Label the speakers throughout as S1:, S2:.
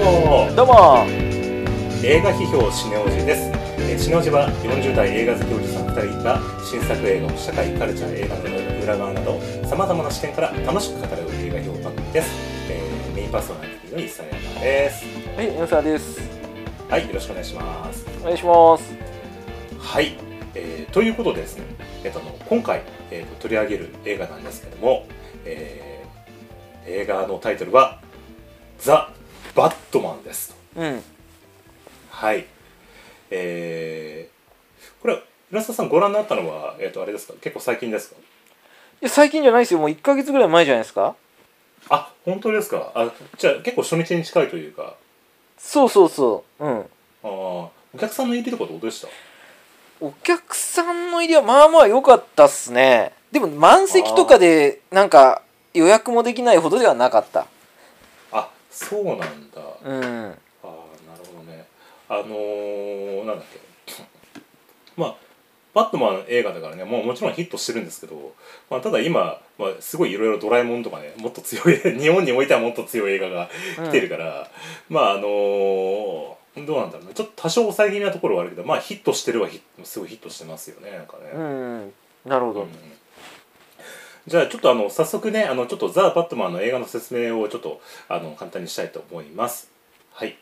S1: うも
S2: 映画批評シネオジですえーシネオジは40代映画好きおじさん2人が新作映画社会カルチャー映画の裏側などさまざまな視点から楽しく語る映画評価組です、えーメインパーソナリティの伊佐山です
S1: はい皆さんです
S2: はいよろしくお願いします
S1: お願いします
S2: はい、えーということでですね、えっと、あの今回、えーと取り上げる映画なんですけども、えー映画のタイトルは「ザ・バットマン」です
S1: うん
S2: はいえー、これ浦沢さんご覧になったのは、えっとあれですか結構最近ですか
S1: いや最近じゃないですよもう1ヶ月ぐらい前じゃないですか
S2: あ本当ですかあじゃあ結構初日に近いというか
S1: そうそうそううん
S2: あーお客さんの入りとかどうでした
S1: お客さんの入りはまあまあ良かったっすねでも満席とかでなんか予約もできないほどではなかった
S2: あそうなんだああ
S1: うん
S2: なるほどねあのー、なんだっけ まあバットマン映画だからねもうもちろんヒットしてるんですけど、まあ、ただ今、まあ、すごいいろいろ「ドラえもん」とかねもっと強い 日本においてはもっと強い映画が来てるから、まああのーどうなんだろうねちょっと多少抑え気味なところはあるけどまあヒットしてるはヒットすごいヒットしてますよねなんかね。
S1: うんなるほど、
S2: うんじゃあちょっとあの早速ねあのちょっとザ・バットマンの映画の説明をちょっとあの簡単にしたいと思いますはい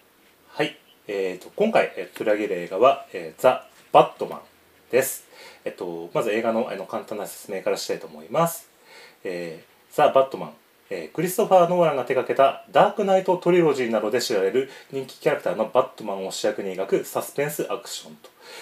S2: はいえー、と今回、えー取り上げる映画は、えーザ・バットマンですえっ、とまず映画のあの簡単な説明からしたいと思いますえーザ・バットマン、えークリストファー・ノーランが手掛けたダークナイトトリロジーなどで知られる人気キャラクターのバットマンを主役に描くサスペンスアクションと、えー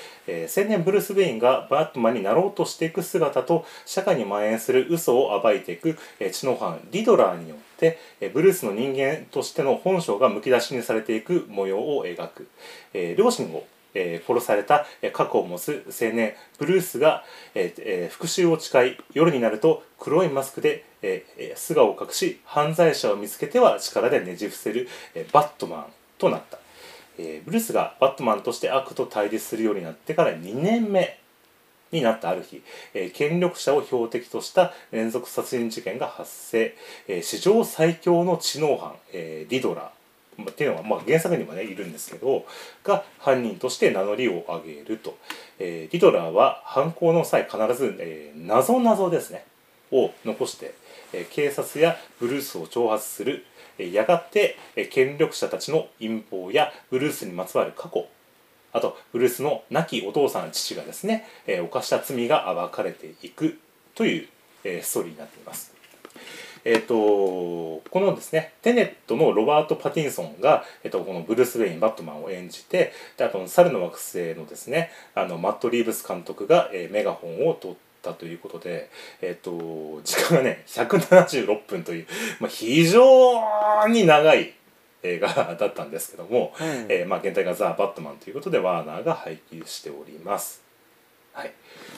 S2: 青年ブルース・ウェインがバットマンになろうとしていく姿と社会に蔓延する嘘を暴いていく、えー知能犯リドラーによって、えーブルースの人間としての本性がむき出しにされていく模様を描く、えー両親をえー殺されたえー過去を持つ青年ブルースが、えーえー復讐を誓い夜になると黒いマスクで、えーえー素顔を隠し犯罪者を見つけては力でねじ伏せる、えーバットマンとなった、えーブルースがバットマンとして悪と対立するようになってから2年目になったある日、えー権力者を標的とした連続殺人事件が発生、えー史上最強の知能犯、えーリドラーまあっていうのが、まあ、原作にもねいるんですけどが犯人として名乗りを上げると、えーリドラーは犯行の際必ず、えー、謎謎ですねを残して、えー警察やブルースを挑発する、えーやがて、えー権力者たちの陰謀やブルースにまつわる過去あとブルースの亡きお父さん父がですね、えー犯した罪が暴かれていくという、えーストーリーになっています。えっとこのですねテネットのロバート・パティンソンが、えっとこのブルース・ウェイン・バットマンを演じてであと猿の惑星のですねあのマット・リーブス監督が、えーメガホンを取ったということで、えっと時間がね176分という、まあ、非常に長い映画だったんですけども、
S1: うん
S2: えーまあ、現代が「ザ・バットマン」ということでワーナーが配給しております。はい、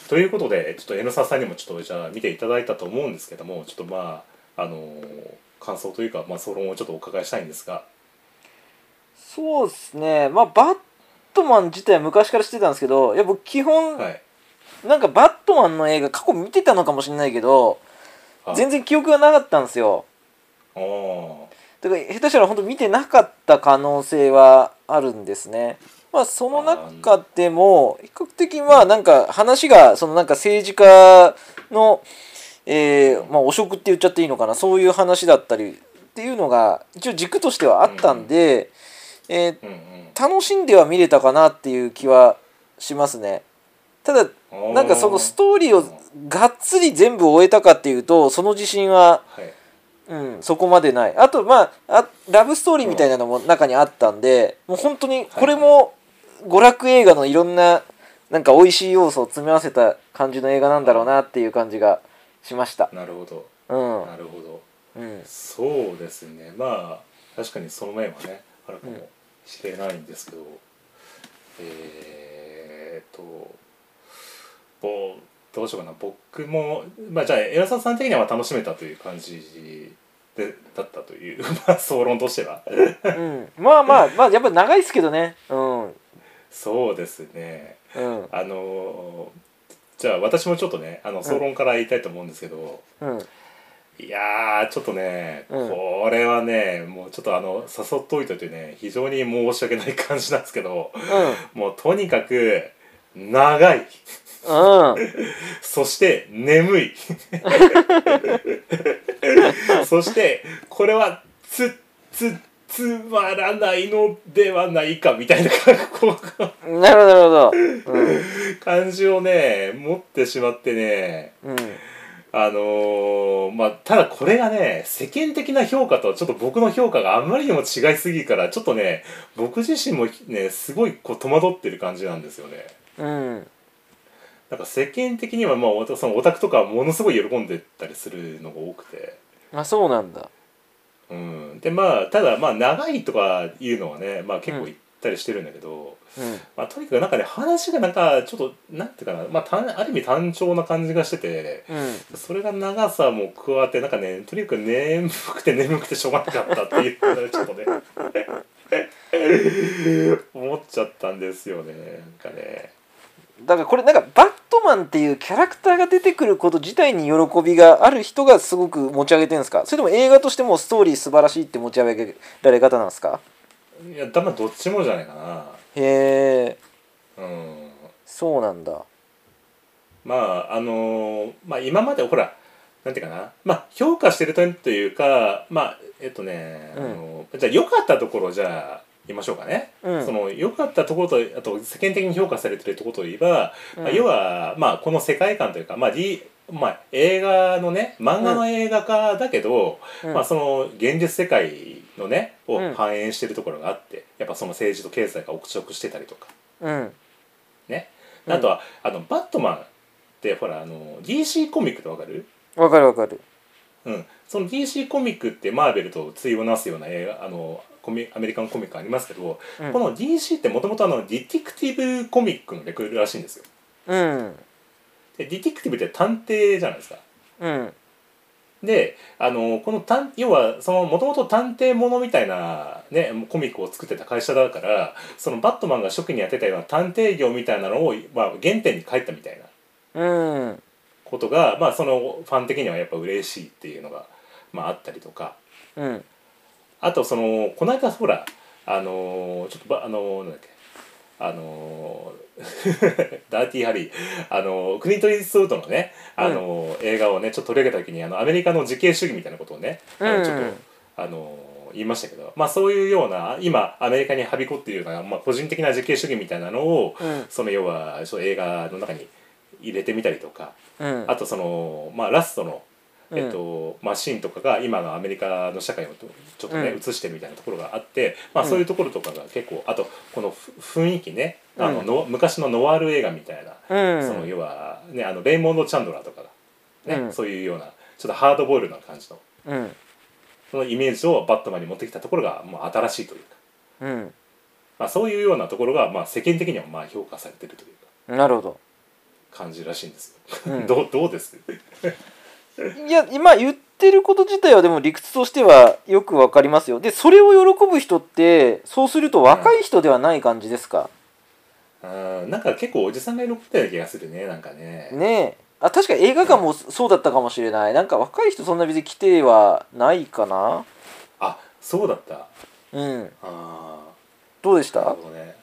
S2: ということでちょっと江ノ沢さんにもちょっとじゃあ見ていただいたと思うんですけどもちょっとまああのー感想というか、まあ、総論をちょっとお伺いしたいんですが
S1: そうですねまあバットマン自体は昔から知ってたんですけどいや僕基本、
S2: はい
S1: なんかバットマンの映画過去見てたのかもしれないけど
S2: あ
S1: 全然記憶がなかったんですよ
S2: あー
S1: だから下手したら本当見てなかった可能性はあるんですねまあその中でも比較的まあなんか話がそのなんか政治家のえーまあ汚職って言っちゃっていいのかなそういう話だったりっていうのが一応軸としてはあったんで、えー
S2: うんうん
S1: 楽しんでは見れたかなっていう気はしますねただ
S2: あー
S1: なんかそのストーリーをがっつり全部終えたかっていうとその自信は、
S2: はい
S1: うん、そこまでないあとまああラブストーリーみたいなのも中にあったんでもう本当にこれも娯楽映画のいろんななんか美味しい要素を詰め合わせた感じの映画なんだろうなっていう感じがしました
S2: なるほど
S1: うん、う
S2: なるほど
S1: ん、
S2: そうですねまあ確かにその面はねあるかもしれないんですけど、えーっとぼどうしようかな僕もまあじゃあエラサさん的には楽しめたという感じでだったという まあ総論としては
S1: うん、まあまあまあやっぱり長いですけどねうんうん
S2: そうですねあのじゃあ私もちょっとねあの総論から言いたいと思うんですけど、
S1: うん
S2: いやーちょっとね、
S1: うん
S2: これはねもうちょっとあの誘っといてというね非常に申し訳ない感じなんですけどもうとにかく長い
S1: うんうん
S2: そして眠い そしてこれはつつつまらないのではないかみたいなこう
S1: なるほどなるほど
S2: 感じをね持ってしまってね
S1: うんうん
S2: あのーまあただこれがね世間的な評価とちょっと僕の評価があまりにも違いすぎるからちょっとね僕自身もねすごいこう戸惑ってる感じなんですよね。
S1: うん
S2: なんか世間的にはまあおそのオタクとかはものすごい喜んでたりするのが多くて。
S1: あそうなんだ
S2: うん、でまあただまあ長いとかいうのはね、まあ、結構言ったりしてるんだけど、
S1: うん
S2: まあ、とにかくなんかね話がなんかちょっとなんていうかな、まあ、単ある意味単調な感じがしてて
S1: うん
S2: それが長さも加わってなんかねとにかく眠くて眠くてしょうがなかったっていうのがちょっとね 思っちゃったんですよねなんかね。
S1: だからこれなんかバットマンっていうキャラクターが出てくること自体に喜びがある人がすごく持ち上げてるんですかそれとも映画としてもストーリー素晴らしいって持ち上げられ方なんですか
S2: いやだんだんどっちもじゃないか
S1: へえ
S2: な。うん
S1: そうなんだ
S2: まああのまあ今までほらなんていうかなまあ評価してる点というかまあえっとね、
S1: うん
S2: あのじゃあ良かったところをじゃあ言いましょうかね、
S1: うん
S2: その良かったところとあと世間的に評価されてるところといえば、まあ
S1: うん
S2: 要はまあこの世界観というかまあ、D まあ、映画のね漫画の映画化だけど、
S1: うん
S2: まあ、その現実世界のねを
S1: うん
S2: 反映してるところがあってやっぱその政治と経済が憶測してたりとか
S1: うん
S2: ね、
S1: うん
S2: あとはあのバットマンってほらあの DC コミックってわかる、
S1: わかるわかる
S2: うん、その DC コミックってマーベルと対をなすような映画あのコミアメリカンコミックありますけど、
S1: うん
S2: この DC ってもともとディティクティブコミックのレクルらしいんですよ
S1: うん
S2: でディティクティブって探偵じゃないですか
S1: うん
S2: であのこの探要はもともと探偵ものみたいな、ね、コミックを作ってた会社だからそのバットマンが初期にやってたような探偵業みたいなのを、まあ、原点に帰ったみたいな
S1: うん
S2: ことが、まあ、そのファン的にはやっぱ嬉しいっていうのが、まあ、あったりとか
S1: うん
S2: あとそのこの間ほらあのーちょっとばあのーなんだっけあのー ダーティーハリー、あのークリント・イーストウッドのね、あのー映画をねちょっと取り上げた時にあのアメリカの自警主義みたいなことをねあ
S1: う
S2: の
S1: ん
S2: ちょっと、あのー言いましたけど、まあ、そういうような今アメリカにはびこっているような、まあ、個人的な自警主義みたいなのを、
S1: うん
S2: その要はそう映画の中に入れてみたりとか、
S1: うん
S2: あとその、まあ、ラストの、
S1: うん
S2: えっとまあ、シーンとかが今のアメリカの社会をちょっとね、
S1: うん
S2: 映してるみたいなところがあって、まあ、
S1: うん
S2: そういうところとかが結構あとこのふ雰囲気ねあの
S1: うん
S2: の昔のノワール映画みたいな、
S1: うん
S2: その要は、ね、あのレイモンド・チャンドラーとかが、ね
S1: うん
S2: そういうようなちょっとハードボイルドな感じの
S1: うん
S2: そのイメージをバットマンに持ってきたところがもう新しいというか、
S1: うん
S2: まあ、そういうようなところが、まあ、世間的にはまあ評価されてるという
S1: なるほど
S2: か感じらしいんです
S1: う
S2: よ。
S1: ん
S2: どうどうです
S1: いや今言ってること自体はでも理屈としてはよくわかりますよでそれを喜ぶ人ってそうすると若い人ではない感じですか、
S2: うんなんか結構おじさんが喜んでる気がするねなんかね
S1: ねえあ確か映画館もそうだったかもしれないなんか若い人そんな別に来てはないかな
S2: あそうだった
S1: うん
S2: あ
S1: どうでし
S2: あな
S1: た
S2: るほどね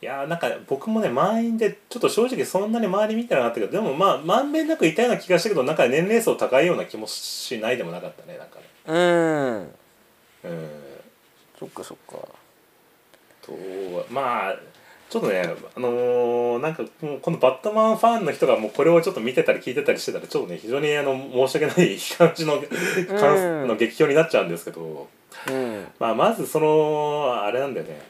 S2: いやーなんか僕もね満員でちょっと正直そんなに周り見てなかったけどでもまあまんべんなくいたような気がしたけどなんか年齢層高いような気もしないでもなかったねなんかね
S1: うん
S2: うん
S1: そっかそっか
S2: とまあちょっとねあのーなんかもうこのバットマンファンの人がもうこれをちょっと見てたり聞いてたりしてたらちょっとね非常にあの申し訳ない感じの感の激評になっちゃうんですけど、
S1: うん
S2: まあ、まずそのあれなんだよね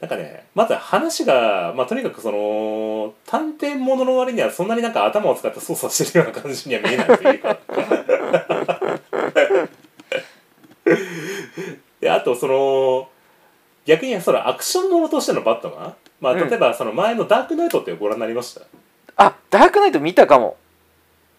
S2: なんかねまず話が、まあ、とにかくその探偵ものの割にはそんなになんか頭を使って操作してるような感じには見えないというか。であとその逆にそのアクションものとしてのバットマン、まあ、
S1: うん
S2: 例えばその前の「ダークナイト」ってご覧になりました、
S1: あダークナイト見たかも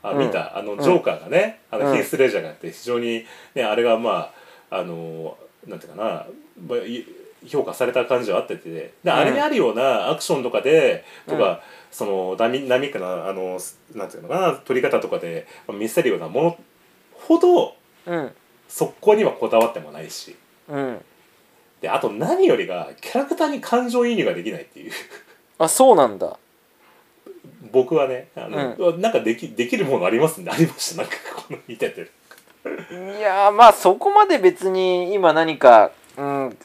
S2: あ
S1: うん
S2: 見た、あの
S1: ん
S2: ジョーカーがね、あ
S1: う
S2: の
S1: ん
S2: ヒース・レジャーがやって非常に、ね、あれがまああのなんていうかなまあい評価された感じはあっててであれにあるようなアクションとかで、と
S1: うん
S2: かそのダミダミックなあのなんていうのかな撮り方とかでまあ見せるようなものほど
S1: うん
S2: 速攻にはこだわってもないし
S1: うん
S2: であと何よりがキャラクターに感情移入ができないっていう
S1: あそうなんだ
S2: 僕はねあの、なんかできできるものありますんでありましたなんかこの見てて
S1: いやーまあそこまで別に今何か、うん、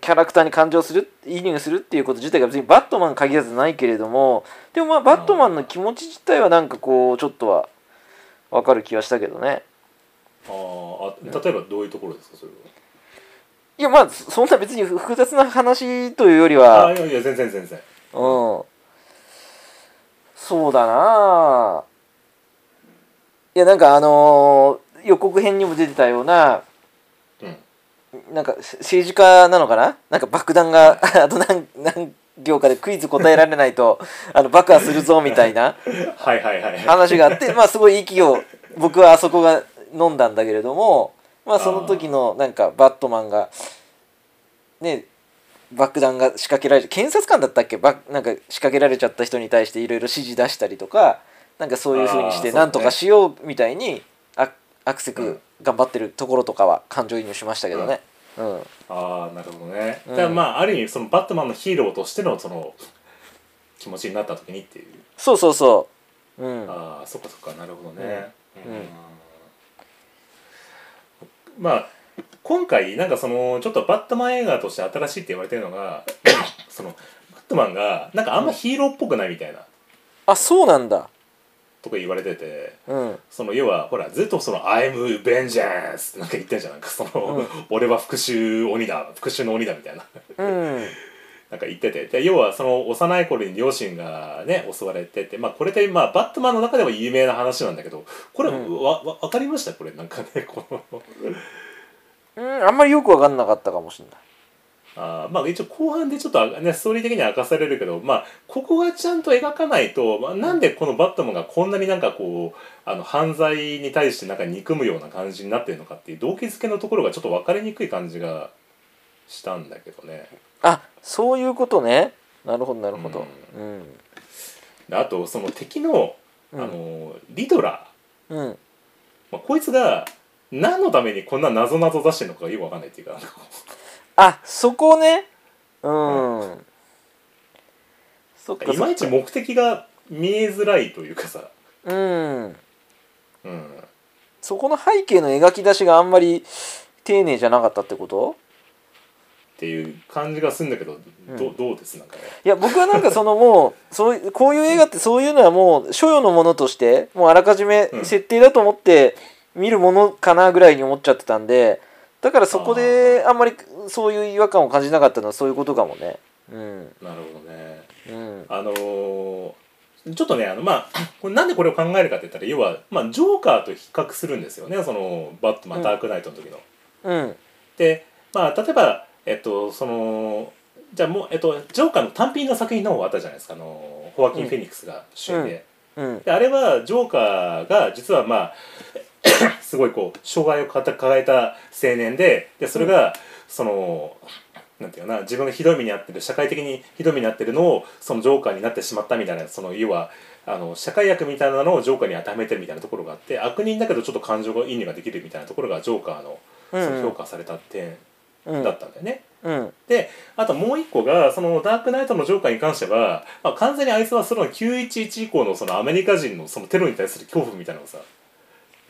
S1: キャラクターに感情するイニングするっていうこと自体が別にバットマンに限らずないけれどもでもまあバットマンの気持ち自体はなんかこうちょっとは分かる気はしたけどね
S2: あーあ例えばどういうところですかそれ
S1: いやまあそそんな別に複雑な話というより
S2: はあ
S1: は
S2: ーいやいや全然全然
S1: うんそうだなあいやなんかあのー予告編にも出てたような
S2: うん
S1: なんかせ政治家なのかななんか爆弾が あと何何行かでクイズ答えられないとあの爆破するぞみたいな
S2: はいはいはい
S1: 話があ ってまあすごいいい企業僕はあそこが飲んだんだけれどもまあその時のなんかバットマンがね爆弾が仕掛けられ検察官だったっけばなんか仕掛けられちゃった人に対していろいろ指示出したりとかなんかそういうふうに
S2: あー
S1: し
S2: そう
S1: て
S2: ね
S1: なんとかしようみたいにあアクセ
S2: う
S1: ク
S2: ん
S1: 頑張ってるところとかは感情移入しましたけどね。うん
S2: ああなるほどね、
S1: うん
S2: だからまあある意味そのバットマンのヒーローとしてのその気持ちになった時にっていう、
S1: そうそうそう。うん。
S2: ああそっかそっかなるほどね、
S1: うん
S2: うん
S1: うん
S2: まあ今回なんかそのちょっとバットマン映画として新しいって言われてるの がそのバットマンがなんかあんまヒーローっぽくないみたいな
S1: あ、そうなんだ。
S2: とこ言われてて
S1: うん。
S2: その要はほらずっとその「I'm vengeance」ってなんか言ってんじゃんなんかその、
S1: うん
S2: 俺は復讐鬼だ復讐の鬼だみたいな
S1: うん。
S2: なんか言っててで要はその幼い頃に両親がね襲われてて、まあ、これで、まあ、バットマンの中でも有名な話なんだけどこれ、
S1: うん
S2: わわ分かりましたこれなんかねこの
S1: うん、あんまりよくわかんなかったかもしれない。
S2: あーまあ一応後半でちょっと、ね、ストーリー的には明かされるけど、まあ、ここがちゃんと描かないと、まあ、なんでこのバットマンがこんなになんかこうあの犯罪に対してなんか憎むような感じになってるのかっていう動機づけのところがちょっと分かりにくい感じがしたんだけどね。
S1: あ、そういうことね。なるほど、なるほど。うん。
S2: であとその敵のあ
S1: うん
S2: のリドラー
S1: うん。
S2: まあ、こいつが何のためにこんな謎々出してるのかがよくわかんないっていうかなんかこ
S1: あ、そこね。うん。そっか、
S2: ういまいち
S1: そっか
S2: 目的が見えづらいというかさ、
S1: うん。
S2: うん、
S1: そこの背景の描き出しがあんまり丁寧じゃなかったってこと
S2: っていう感じがするんだけどど,、
S1: うん
S2: どうですなんかね
S1: いや僕はなんかそのもう そういうこういう映画ってそういうのはもう所与のものとしてもうあらかじめ
S2: うん
S1: 設定だと思って見るものかなぐらいに思っちゃってたんでだからそこであんまりそういう違和感を感じなかったのはそういうことかもね。うん
S2: なるほどね
S1: うん
S2: あのーちょっとねあのまあ これなんでこれを考えるかって言ったら要は、まあ、ジョーカーと比較するんですよねそのバットマ
S1: うん
S2: ンダークナイトの時の。
S1: うん
S2: でまあ例えばえっとそのじゃあもう、えっと、ジョーカーの単品の作品の方があったじゃないですかあのホワキン・フェニックスが主演で。
S1: うんうん
S2: であれはジョーカーが実はまあ すごいこう障害を抱えた青年ででそれがその。なんていうかな自分がひどい目に遭ってる社会的にひどい目に遭ってるのをそのジョーカーになってしまったみたいなその要はあの社会悪みたいなのをジョーカーに当てはめてるみたいなところがあって悪人だけどちょっと感情がいいにができるみたいなところがジョーカーのそ
S1: うん
S2: の評価された点
S1: うん
S2: だったんだよね。
S1: うん
S2: であともう一個がそのダークナイトのジョーカーに関しては、まあ、完全にあいつはその911以降のそのアメリカ人のそのテロに対する恐怖みたいなのをさや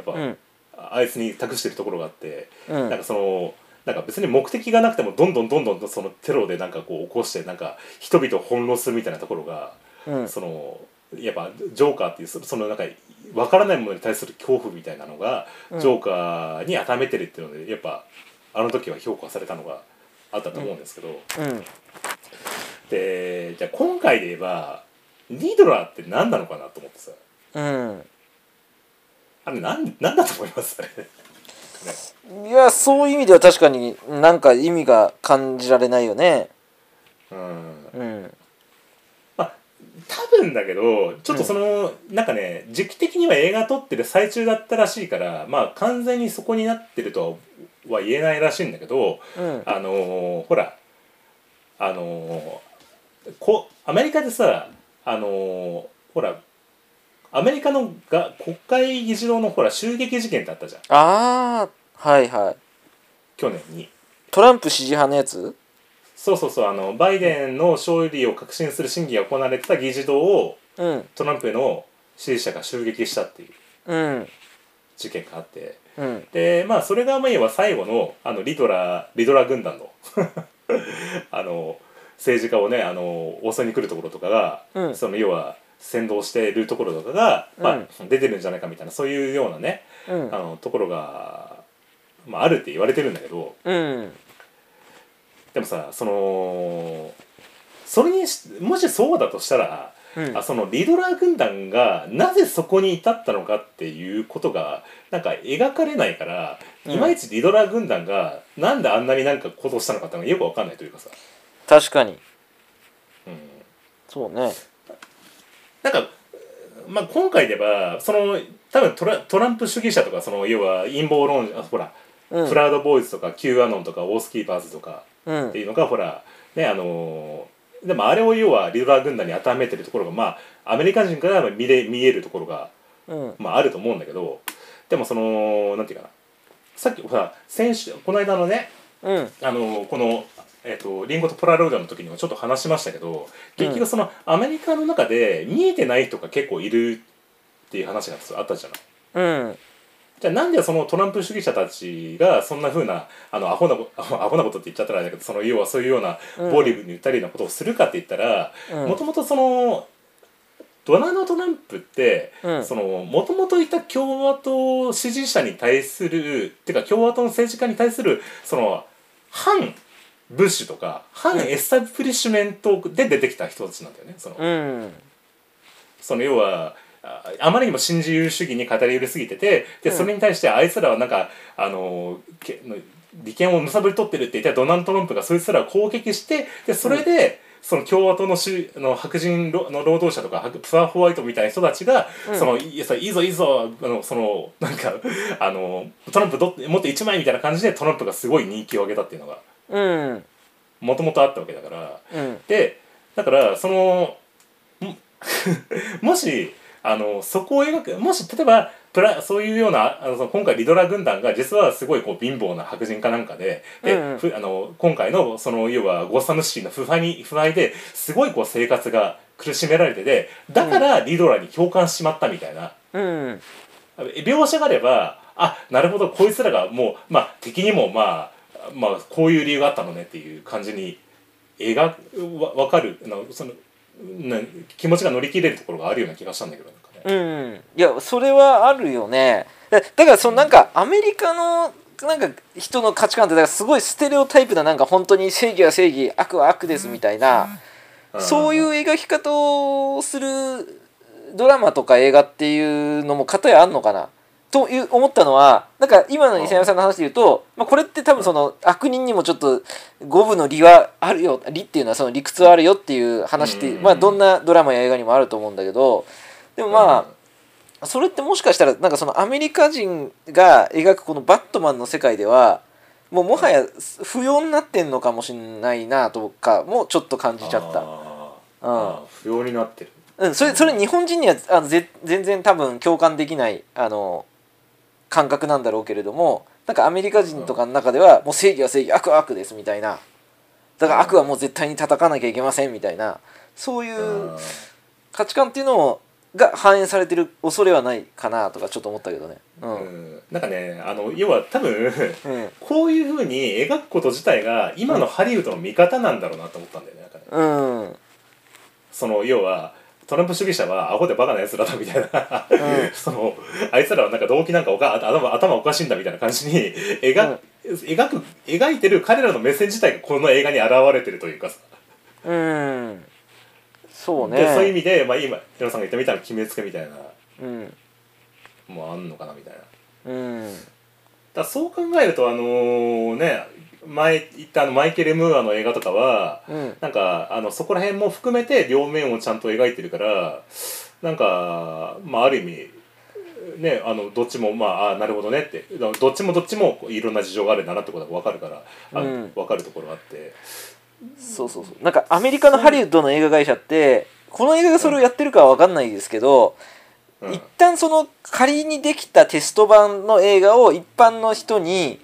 S2: っぱ、
S1: うん
S2: ああいつに託してるところがあって、
S1: うん
S2: なんかそのなんか別に目的がなくてもどんどんどんどんそのテロでなんかこう起こしてなんか人々を翻弄するみたいなところが、
S1: うん
S2: そのやっぱジョーカーっていうそそのなんか分からないものに対する恐怖みたいなのが、
S1: うん
S2: ジョーカーに当めてるっていうのでやっぱあの時は評価されたのがあったと思うんですけど、
S1: うん
S2: でじゃあ今回で言えばリドラーって何なのかなと思ってさ
S1: うん
S2: あれ何何だと思います あれ
S1: いやそういう意味では確かになんか意味が感じられないよね。
S2: うん
S1: うん
S2: 多分だけどちょっとその、なんかね時期的には映画撮ってる最中だったらしいからまあ完全にそこになってるとはは言えないらしいんだけど
S1: うん
S2: あのーほらあのーこアメリカでさあのーほらアメリカのが国会議事堂のほら襲撃事件ってあったじゃん
S1: ああはいはい
S2: 去年に
S1: トランプ支持派のやつ
S2: そうそうそうあのバイデンの勝利を確信する審議が行われてた議事堂を
S1: うん
S2: トランプへの支持者が襲撃したっていう
S1: うん
S2: 事件があって
S1: うん
S2: でまあそれがまあいえば最後のあのリドラリドラ軍団の あの政治家をねあの襲いに来るところとかが、
S1: うん
S2: その要は先導しているところとかが、まあ、出てるんじゃないかみたいなそういうようなね
S1: うん
S2: あのところが、まあ、あるって言われてるんだけど
S1: うん
S2: でもさそのそれにしもしそうだとしたら、
S1: うん
S2: あそのリドラー軍団がなぜそこに至ったのかっていうことがなんか描かれないから、
S1: うん
S2: いまいちリドラー軍団がなんであんなになんか行動したのかってのがよくわかんないというかさ、
S1: 確かに
S2: うん、
S1: そうね
S2: なんか、まあ、今回ではその多分トラトランプ主義者とかその要は陰謀論あほら、
S1: うん
S2: プラウドボーイズとか Q アノンとかオースキーパーズとか
S1: うん
S2: っていうのがほらねあのーでもあれを要はリドラー軍団に当てはめてるところがまあアメリカ人から見れ見えるところが、
S1: うん
S2: まあ、あると思うんだけどでもそのなんていうかなさっきほら先週この間のね
S1: うん
S2: あのーこの、えっとリンゴとポラロイドの時にもちょっと話しましたけど結局その、アメリカの中で見えてない人が結構いるっていう話があったじゃない。
S1: うん
S2: じゃあなんでそのトランプ主義者たちがそんなふうなあのアホな こアホなことって言っちゃったらあれだけどその要はそういうような
S1: うん
S2: 暴力に訴えるようなことをするかって言ったら
S1: うん
S2: もともとそのドナルド・トランプって
S1: うん
S2: そのもともといた共和党支持者に対するっていうか共和党の政治家に対するその反ブッシュとか反エスタブリッシュメントで出てきた人たちなんだよね。その
S1: うん
S2: その要はああまりにも新自由主義に語りうりすぎててで
S1: うん
S2: それに対してあいつらはなんかあのけの利権を貪り取ってるって言ったドナルド・トランプがそいつらを攻撃してでそれで、その共和党の主の白人ろの労働者とか白プアホワイトみたいな人たちが、
S1: うん
S2: そのいやそれいいぞいいぞあのそのなんかあのトランプどもっと1枚みたいな感じでトランプがすごい人気を上げたっていうのが
S1: うん
S2: もともとあったわけだから。
S1: うん
S2: でだからそのも もしあのそこを描くもし例えばプラそういうようなあのその今回リドラ軍団が実はすごいこう貧乏な白人かなんかでで、
S1: うんうん
S2: ふあの今回のその要はゴッサムシティの腐敗に腐敗ですごいこう生活が苦しめられててだからリドラに共感しちまったみたいな。
S1: うん
S2: 描写があればあなるほどこいつらがもう、まあ、敵にも、まあ、まあこういう理由があったのねっていう感じに描くわ分かるあのそのな気持ちが乗り切れるところがあるような気がしたんだけどなんかね。
S1: うん、いやそれはあるよねだだからそのなんかアメリカのなんか人の価値観ってだからすごいステレオタイプななんか本当に正義は正義悪は悪ですみたいな、そういうう描き方をするドラマとか映画っていうのも片やあんのかなという思ったのはなんか今の諫山さんの話で言うと、まあ、これって多分その悪人にもちょっと五分の理はあるよ理っていうのはその理屈はあるよっていう話って、
S2: うん
S1: まあ、どんなドラマや映画にもあると思うんだけどでもまあ、それってもしかしたらなんかそのアメリカ人が描くこのバットマンの世界ではもうもはや不要になってんのかもしれないなとかもちょっと感じちゃっ
S2: あ
S1: た。
S2: ーあー不要になってる
S1: うん、それそれ日本人にはあのぜ全然多分共感できないあの感覚なんだろうけれどもなんかアメリカ人とかの中ではもう正義は正義悪は悪ですみたいなだから悪はもう絶対に叩かなきゃいけませんみたいなそういう
S2: あー
S1: 価値観っていうのをが反映されてる恐れはないかなとかちょっと思ったけどね。うん
S2: うんなんかねあの要は多分
S1: うん
S2: こういうふうに描くこと自体が今のハリウッドの見方なんだろうなと思ったんだよねなんかね
S1: うんうん
S2: その要はトランプ主義者はアホでバカなやつらだみたいな、そのあいつらはなんか動機なんかおか頭頭おかしいんだみたいな感じに描,、描く描いてる彼らの目線自体がこの映画に現れてるというかさ
S1: うんそうね
S2: でそういう意味で、まあ、今ヒロさんが言ったみたいな決めつけみたいな
S1: うん
S2: もうあんのかなみたいなだか
S1: うん
S2: らそう考えるとあのね前言ったあのマイケル・ムーアの映画とかは
S1: うん
S2: なんかあのそこら辺も含めて両面をちゃんと描いてるからなんか、まあ、ある意味ねあのどっちもまああなるほどねってどどっちもどっちもこういろんな事情があるんだなってことが分かるからあの、
S1: うん
S2: 分かるところがあって
S1: そうそうそうなんかアメリカのハリウッドの映画会社ってこの映画がそれをやってるかは分かんないですけど
S2: うん
S1: 一旦その仮にできたテスト版の映画を一般の人に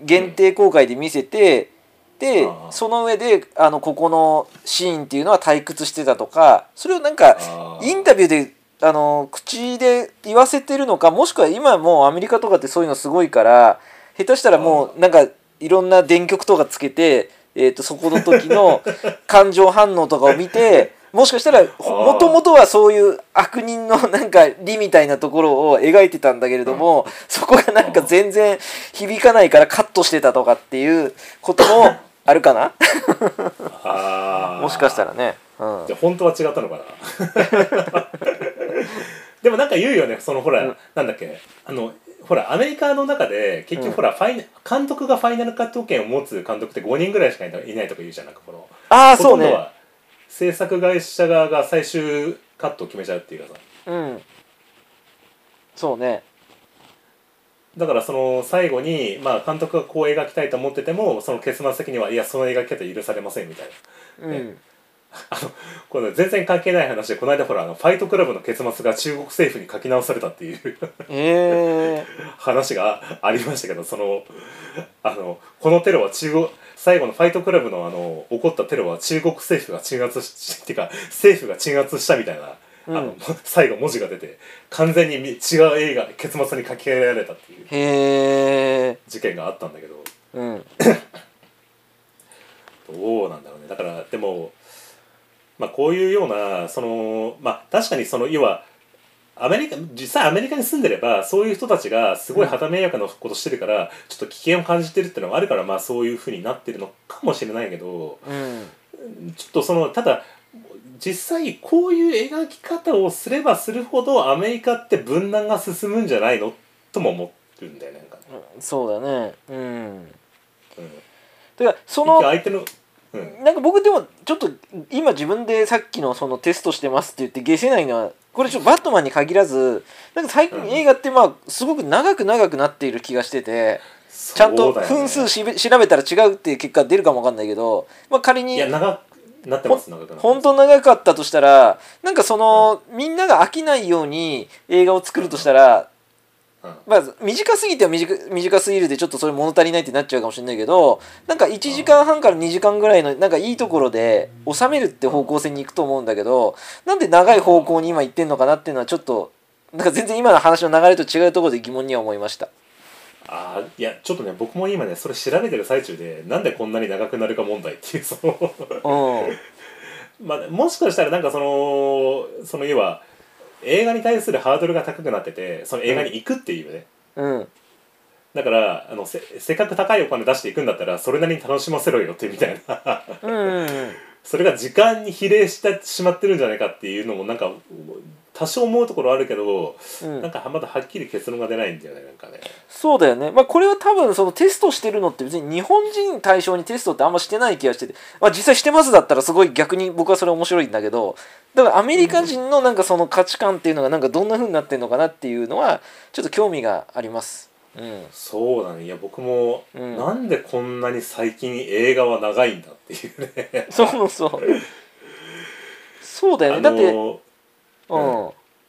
S1: 限定公開で見せて、で
S2: ああ
S1: その上であのここのシーンっていうのは退屈してたとかそれをなんか
S2: あー
S1: インタビューであの口で言わせてるのかもしくは今もうアメリカとかってそういうのすごいから下手したらもうなんかいろんな電極とかつけて、えー、とそこの時の感情反応とかを見てもしかしたら
S2: あー
S1: もともとはそういう悪人のなんか理みたいなところを描いてたんだけれども、そこがなんか全然響かないからカットしてたとかっていうこともあるかな
S2: あー
S1: もしかしたらね。うん
S2: じゃあ本当は違った のかなでもなんか言うよねそのほら、
S1: うん
S2: なんだっけあのほらアメリカの中で結
S1: うん
S2: 局ほら、ファイナ監督がファイナルカット権を持つ監督って5人ぐらいしかいないいないとか言うじゃんなんかこの
S1: ああ
S2: ほ
S1: そ
S2: と
S1: うん
S2: ど
S1: ね。
S2: は制作会社側が最終カットを決めちゃうっていうかさ
S1: うん。そうね。
S2: だからその最後に、まあ、監督がこう描きたいと思っててもその結末的にはいやその描き方許されませんみたいな
S1: うん。
S2: この全然関係ない話でこの間ほらあのファイトクラブの結末が中国政府に書き直されたっていう
S1: ええ
S2: 話がありましたけどそのあのこのテロは中国最後のファイトクラブのあの起こったテロは中国政府が鎮圧しっていうか政府が鎮圧したみたいな、あ
S1: う
S2: の
S1: ん
S2: 最後文字が出て完全にみ違う映画結末に書き換えられたっていう
S1: ー。へえ。
S2: 事件があったんだけど。
S1: うん。
S2: どうなんだろうねだからでも、まあ、こういうようなその、まあ、確かにその要はアメリカ実際アメリカに住んでればそういう人たちがすごい肌迷惑なことしてるから、ちょっと危険を感じてるってのがあるから、まあ、そういうふうになってるのかもしれないけど
S1: うん。
S2: ちょっとそのただ実際こういう描き方をすればするほどアメリカって分断が進むんじゃないのとも思るんだよねなんかね。
S1: そうだね。うん。
S2: うん、
S1: てかそ
S2: 一応
S1: の
S2: 相手の、うん
S1: なんか僕でもちょっと今自分でさっきのそのテストしてますって言って下せないのはこれちょっとバットマンに限らずなんか最近
S2: うん
S1: 映画ってまあすごく長く長くなっている気がしててちゃんと分
S2: そうだよ
S1: 数
S2: ね
S1: しべ調べたら違うっていう結果出るかもわかんないけどまあ仮に
S2: いや長くなってます長くなってます
S1: 本当長かったとしたらなんかその、みんなが飽きないように映画を作るとしたら、
S2: うん
S1: まあ、短すぎては短短すぎるでちょっとそれ物足りないってなっちゃうかもしれないけどなんか1時間半から2時間ぐらいのなんかいいところで収めるって方向性に行くと思うんだけどなんで長い方向に今行ってんのかなっていうのはちょっとなんか全然今の話の流れと違うところで疑問には思い ました。
S2: あーいやちょっとね僕も今ねそれ調べてる最中でなんでこんなに長くなるか問題っていうその
S1: うん
S2: まあもしかしたらなんかそのその要は映画に対するハードルが高くなっててその映画に行くっていうね、
S1: うん
S2: だからあのせせっかく高いお金出していくんだったらそれなりに楽しませろよってみたいな
S1: うん
S2: それが時間に比例してしまってるんじゃないかっていうのもなんか多少思うところあるけど、
S1: うん
S2: なんかまだはっきり結論が出ないんだよねなんかね
S1: そうだよね、まあ、これは多分そのテストしてるのって別に日本人対象にテストってあんましてない気がしてて、まあ、実際してますだったらすごい逆に僕はそれ面白いんだけどだからアメリカ人のなんかその価値観っていうのがなんかどんな風になってるのかなっていうのはちょっと興味があります。うん、
S2: そうだねいや僕も、
S1: うん
S2: なんでこんなに最近映画は長いんだっていうね
S1: そうそうそうだよ
S2: あ
S1: ねだって、
S2: の
S1: う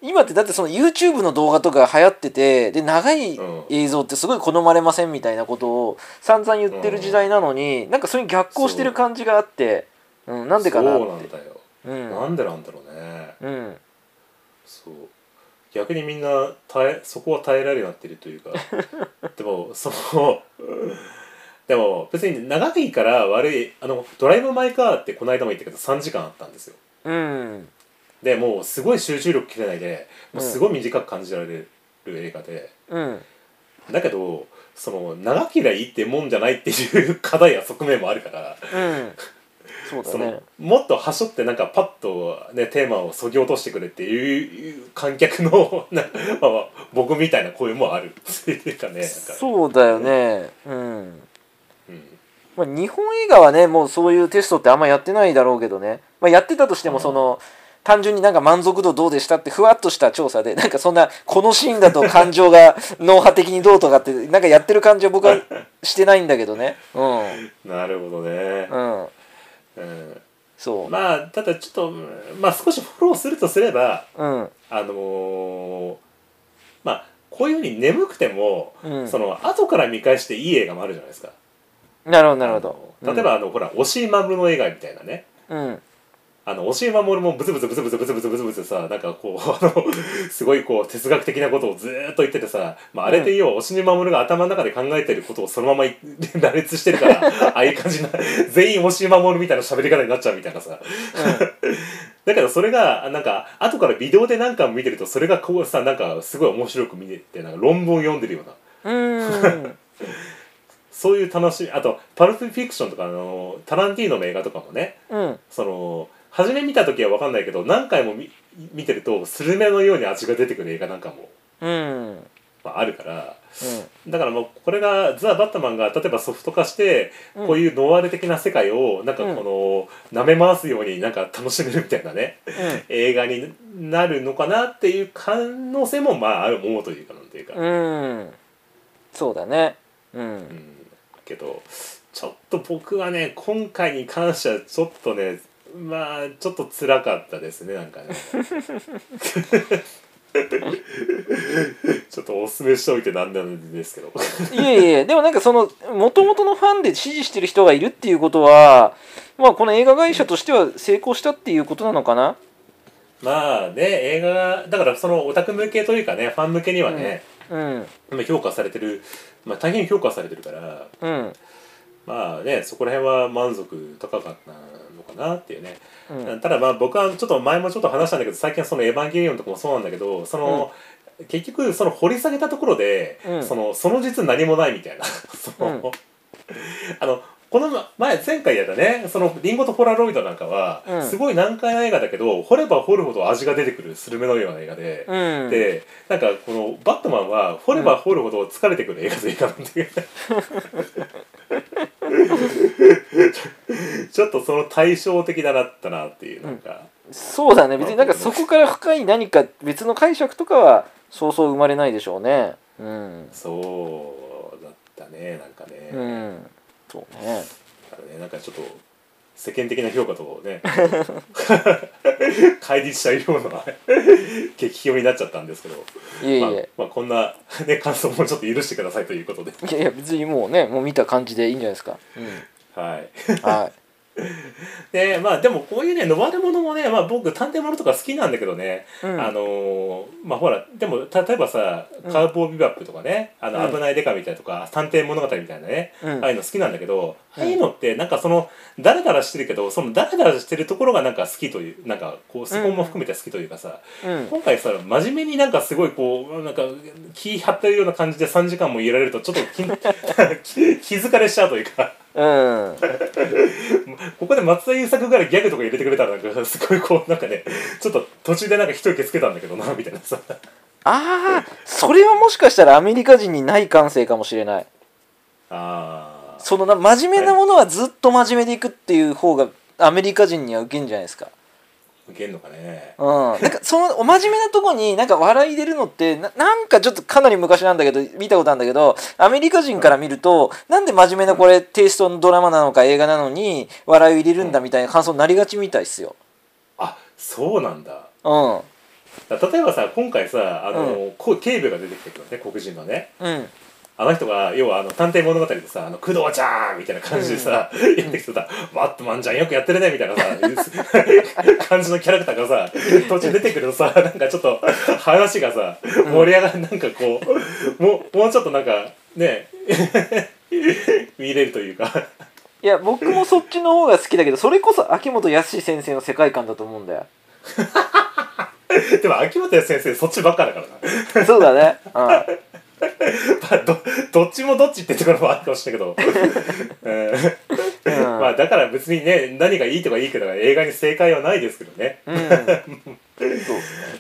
S1: ん、今ってだってその YouTube の動画とか流行っててで長い
S2: うん
S1: 映像ってすごい好まれませんみたいなことを散々言ってる時代なのに、なんかそれに逆行してる感じがあってう、ん、なんでかなって
S2: そうなんだよ、
S1: うん
S2: なんでなんだろうね
S1: うん
S2: そう逆にみんな耐えそこは耐えられるようになってると いうかでもそのでも別に長いから悪いあのドライブ・マイ・カーってこの間も言ったけど3時間あったんですよ
S1: うん
S2: でもうすごい集中力切れないでもうすごい短く感じられる映画で、
S1: うん
S2: だけどその長きりゃいいってもんじゃないっていう課題や側面もあるから、
S1: うんそうだ
S2: そ
S1: ね
S2: のもっと端折ってなんかパッと、ね、テーマをそぎ落としてくれっていう観客の な、まあまあ僕みたいな声もあるっていうかねなんか
S1: そうだよねうん、
S2: うん
S1: まあ、日本映画はねもうそういうテストってあんまやってないだろうけどね、まあ、やってたとしてもその単純になんか満足度どうでしたってふわっとした調査でなんかそんなこのシーンだと感情が脳波的にどうとかってなんかやってる感じは僕はしてないんだけどねうん
S2: なるほどね、
S1: うん
S2: うん
S1: そう
S2: まあただちょっとうんまあ少しフォローするとすれば
S1: うん
S2: あのーまあこういうふうに眠くても、
S1: うん
S2: その後から見返していい映画もあるじゃないですか
S1: なるほどなるほど
S2: あの例えば、あのほら押井守の映画みたいなね
S1: うん、うん
S2: あの押井守もブツブツブツブツブツブツブツブツさなんかこうあ のすごいこう哲学的なことをずーっと言っててさ、まあ、あれで要は押井守が頭の中で考えてることをそのままい 羅列してるからああいう感じな 全員押井守みたいな喋り方になっちゃうみたいなさ だけどそれがなんか後からビデオでなんか見てるとそれがこうさなんかすごい面白く見えてなんか論文を読んでるような
S1: うーん
S2: そういう楽しみあとパルプフィクションとかあのタランティーノの映画とかもね
S1: うん
S2: その初め見た時は分かんないけど何回も見見てるとスルメのように味が出てくる映画なんかも、
S1: うんうん
S2: まあ、あるからだからもうこれがザ・バットマンが例えばソフト化して
S1: うん
S2: こういうノワール的な世界をなんかこの舐め回すようになんか楽しめるみたいなね映画になるのかなっていう可能性もまあある思うというかなんていうか、
S1: うんうんそうだねう
S2: うんんけどちょっと僕はね今回に関してはちょっとねまあちょっと辛かったですねなんかね ちょっとおすすめしておいてなんなんですけど
S1: いえいえでもなんかその元々のファンで支持してる人がいるっていうことはまあこの映画会社としては成功したっていうことなのかな
S2: まあね映画がだからそのオタク向けというかねファン向けにはね、
S1: うん
S2: まあ評価されてる、まあ、大変評価されてるから
S1: うん
S2: まあねそこら辺は満足高かったのかなっていうね
S1: うん
S2: ただまあ僕はちょっと前もちょっと話したんだけど最近はその「エヴァンゲリオン」とかもそうなんだけどその、結局その掘り下げたところで、
S1: うん
S2: そのその実何もないみ たいなその、
S1: う
S2: あのこの前前回やったねそのリンゴとポラロイドなんかは、
S1: うん
S2: すごい難解な映画だけど掘れば掘るほど味が出てくるスルメのような映画で。
S1: うん
S2: でなんかこのバットマンは掘れば掘るほど疲れてくる映画というかなんていうか ちょっとその対照的だなったなっていうなんか、
S1: そうだね別になんかそこから深い何か別の解釈とかはそうそう生まれないでしょうねうん
S2: そうだったねなんかね,、
S1: う
S2: だ
S1: んそうね
S2: からねなんかちょっと世間的な評価とね 乖離しちゃうような激評になっちゃったんですけど、
S1: いえい
S2: まあ
S1: え、
S2: まあ、こんな、ね、感想もちょっと許してくださいということで
S1: いやいや別にもうねもう見た感じでいいんじゃないですか、
S2: はい。
S1: は
S2: でまあでもこういうねノワールものもね、まあ、僕探偵ものとか好きなんだけどね、
S1: い、うん、
S2: あのーまあほらでも例えばさ「
S1: うん
S2: カウボーイビバップ」とかね「あ
S1: う
S2: の
S1: ん
S2: 危ないデカ」みたいなとか「探偵物語」みたいなね、
S1: うん
S2: ああいうの好きなんだけど、
S1: うん
S2: ああいうのってなんかそのダラダラしてるけどそのダラダラしてるところがなんか好きというなんかこうそこも含めて好きというかさ、
S1: うん
S2: 今回さ真面目になんかすごいこうなんか気張ってるような感じで3時間もいられるとちょっと気 気気疲れしちゃうというか。
S1: うん
S2: ここで松田優作ぐらいギャグとか入れてくれたらなんかすごいこうなんかねちょっと途中でなんか一息つけたんだけどなみたいなさ
S1: ああそれはもしかしたらアメリカ人にない感性かもしれない
S2: あー
S1: そのな真面目なものはずっと真面目でいくっていう方がアメリカ人にはウケんじゃないですか
S2: 受けんのかね
S1: うん、なんかそのお真面目なとこになんか笑い入れるのってななんかちょっとかなり昔なんだけど見たことあるんだけどアメリカ人から見るとなんで真面目なこれテイストのドラマなのか映画なのに笑いを入れるんだみたいな感想になりがちみたいっすよ。
S2: あそうなんだ
S1: うん、
S2: だ例えばさ今回さあの、こう警部が出てきたけどね黒人のね
S1: うん、
S2: あの人が要はあの探偵物語でさ「あの工藤ちゃん!」みたいな感じでさ、やってきてさ「バットマンじゃんよくやってるね」みたいな さ感じのキャラクターがさ途中出てくるとさなんかちょっと話がさ盛り上がるなんかこうもうもうちょっとなんかね見れるというか
S1: いや僕もそっちの方が好きだけどそれこそ秋元康先生の世界観だと思うんだよ。
S2: でも秋元康先生そっちばっかだからな
S1: そうだね、うん
S2: まあどどっちもどっちってところもあるかもしれないけど、うん
S1: うん
S2: まあだから別にね何がいいとかいいけど映画に正解はないですけどね
S1: うん、そうですね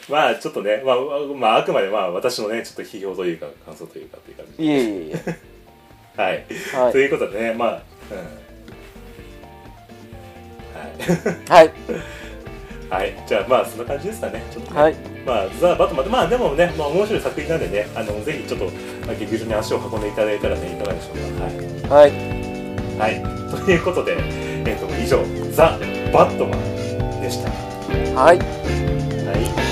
S2: まあちょっとね、まあ、まああくまでまあ私のねちょっと批評というか感想というかという感じ
S1: いえいえい
S2: はい、
S1: え、は
S2: と
S1: い
S2: いうことでねまあ、うんは
S1: はい
S2: い、はい、じゃあまあそんな感じですかねちょっとね、
S1: はい、
S2: まあザ・バットマンまあでもね、まあ、面白い作品なんでねあのぜひちょっと、まあ、劇場に足を運んでいただいたらねいかがでしょうかはい、
S1: はい、
S2: はい、ということで、えっと以上ザ・バットマンでした
S1: はい
S2: はい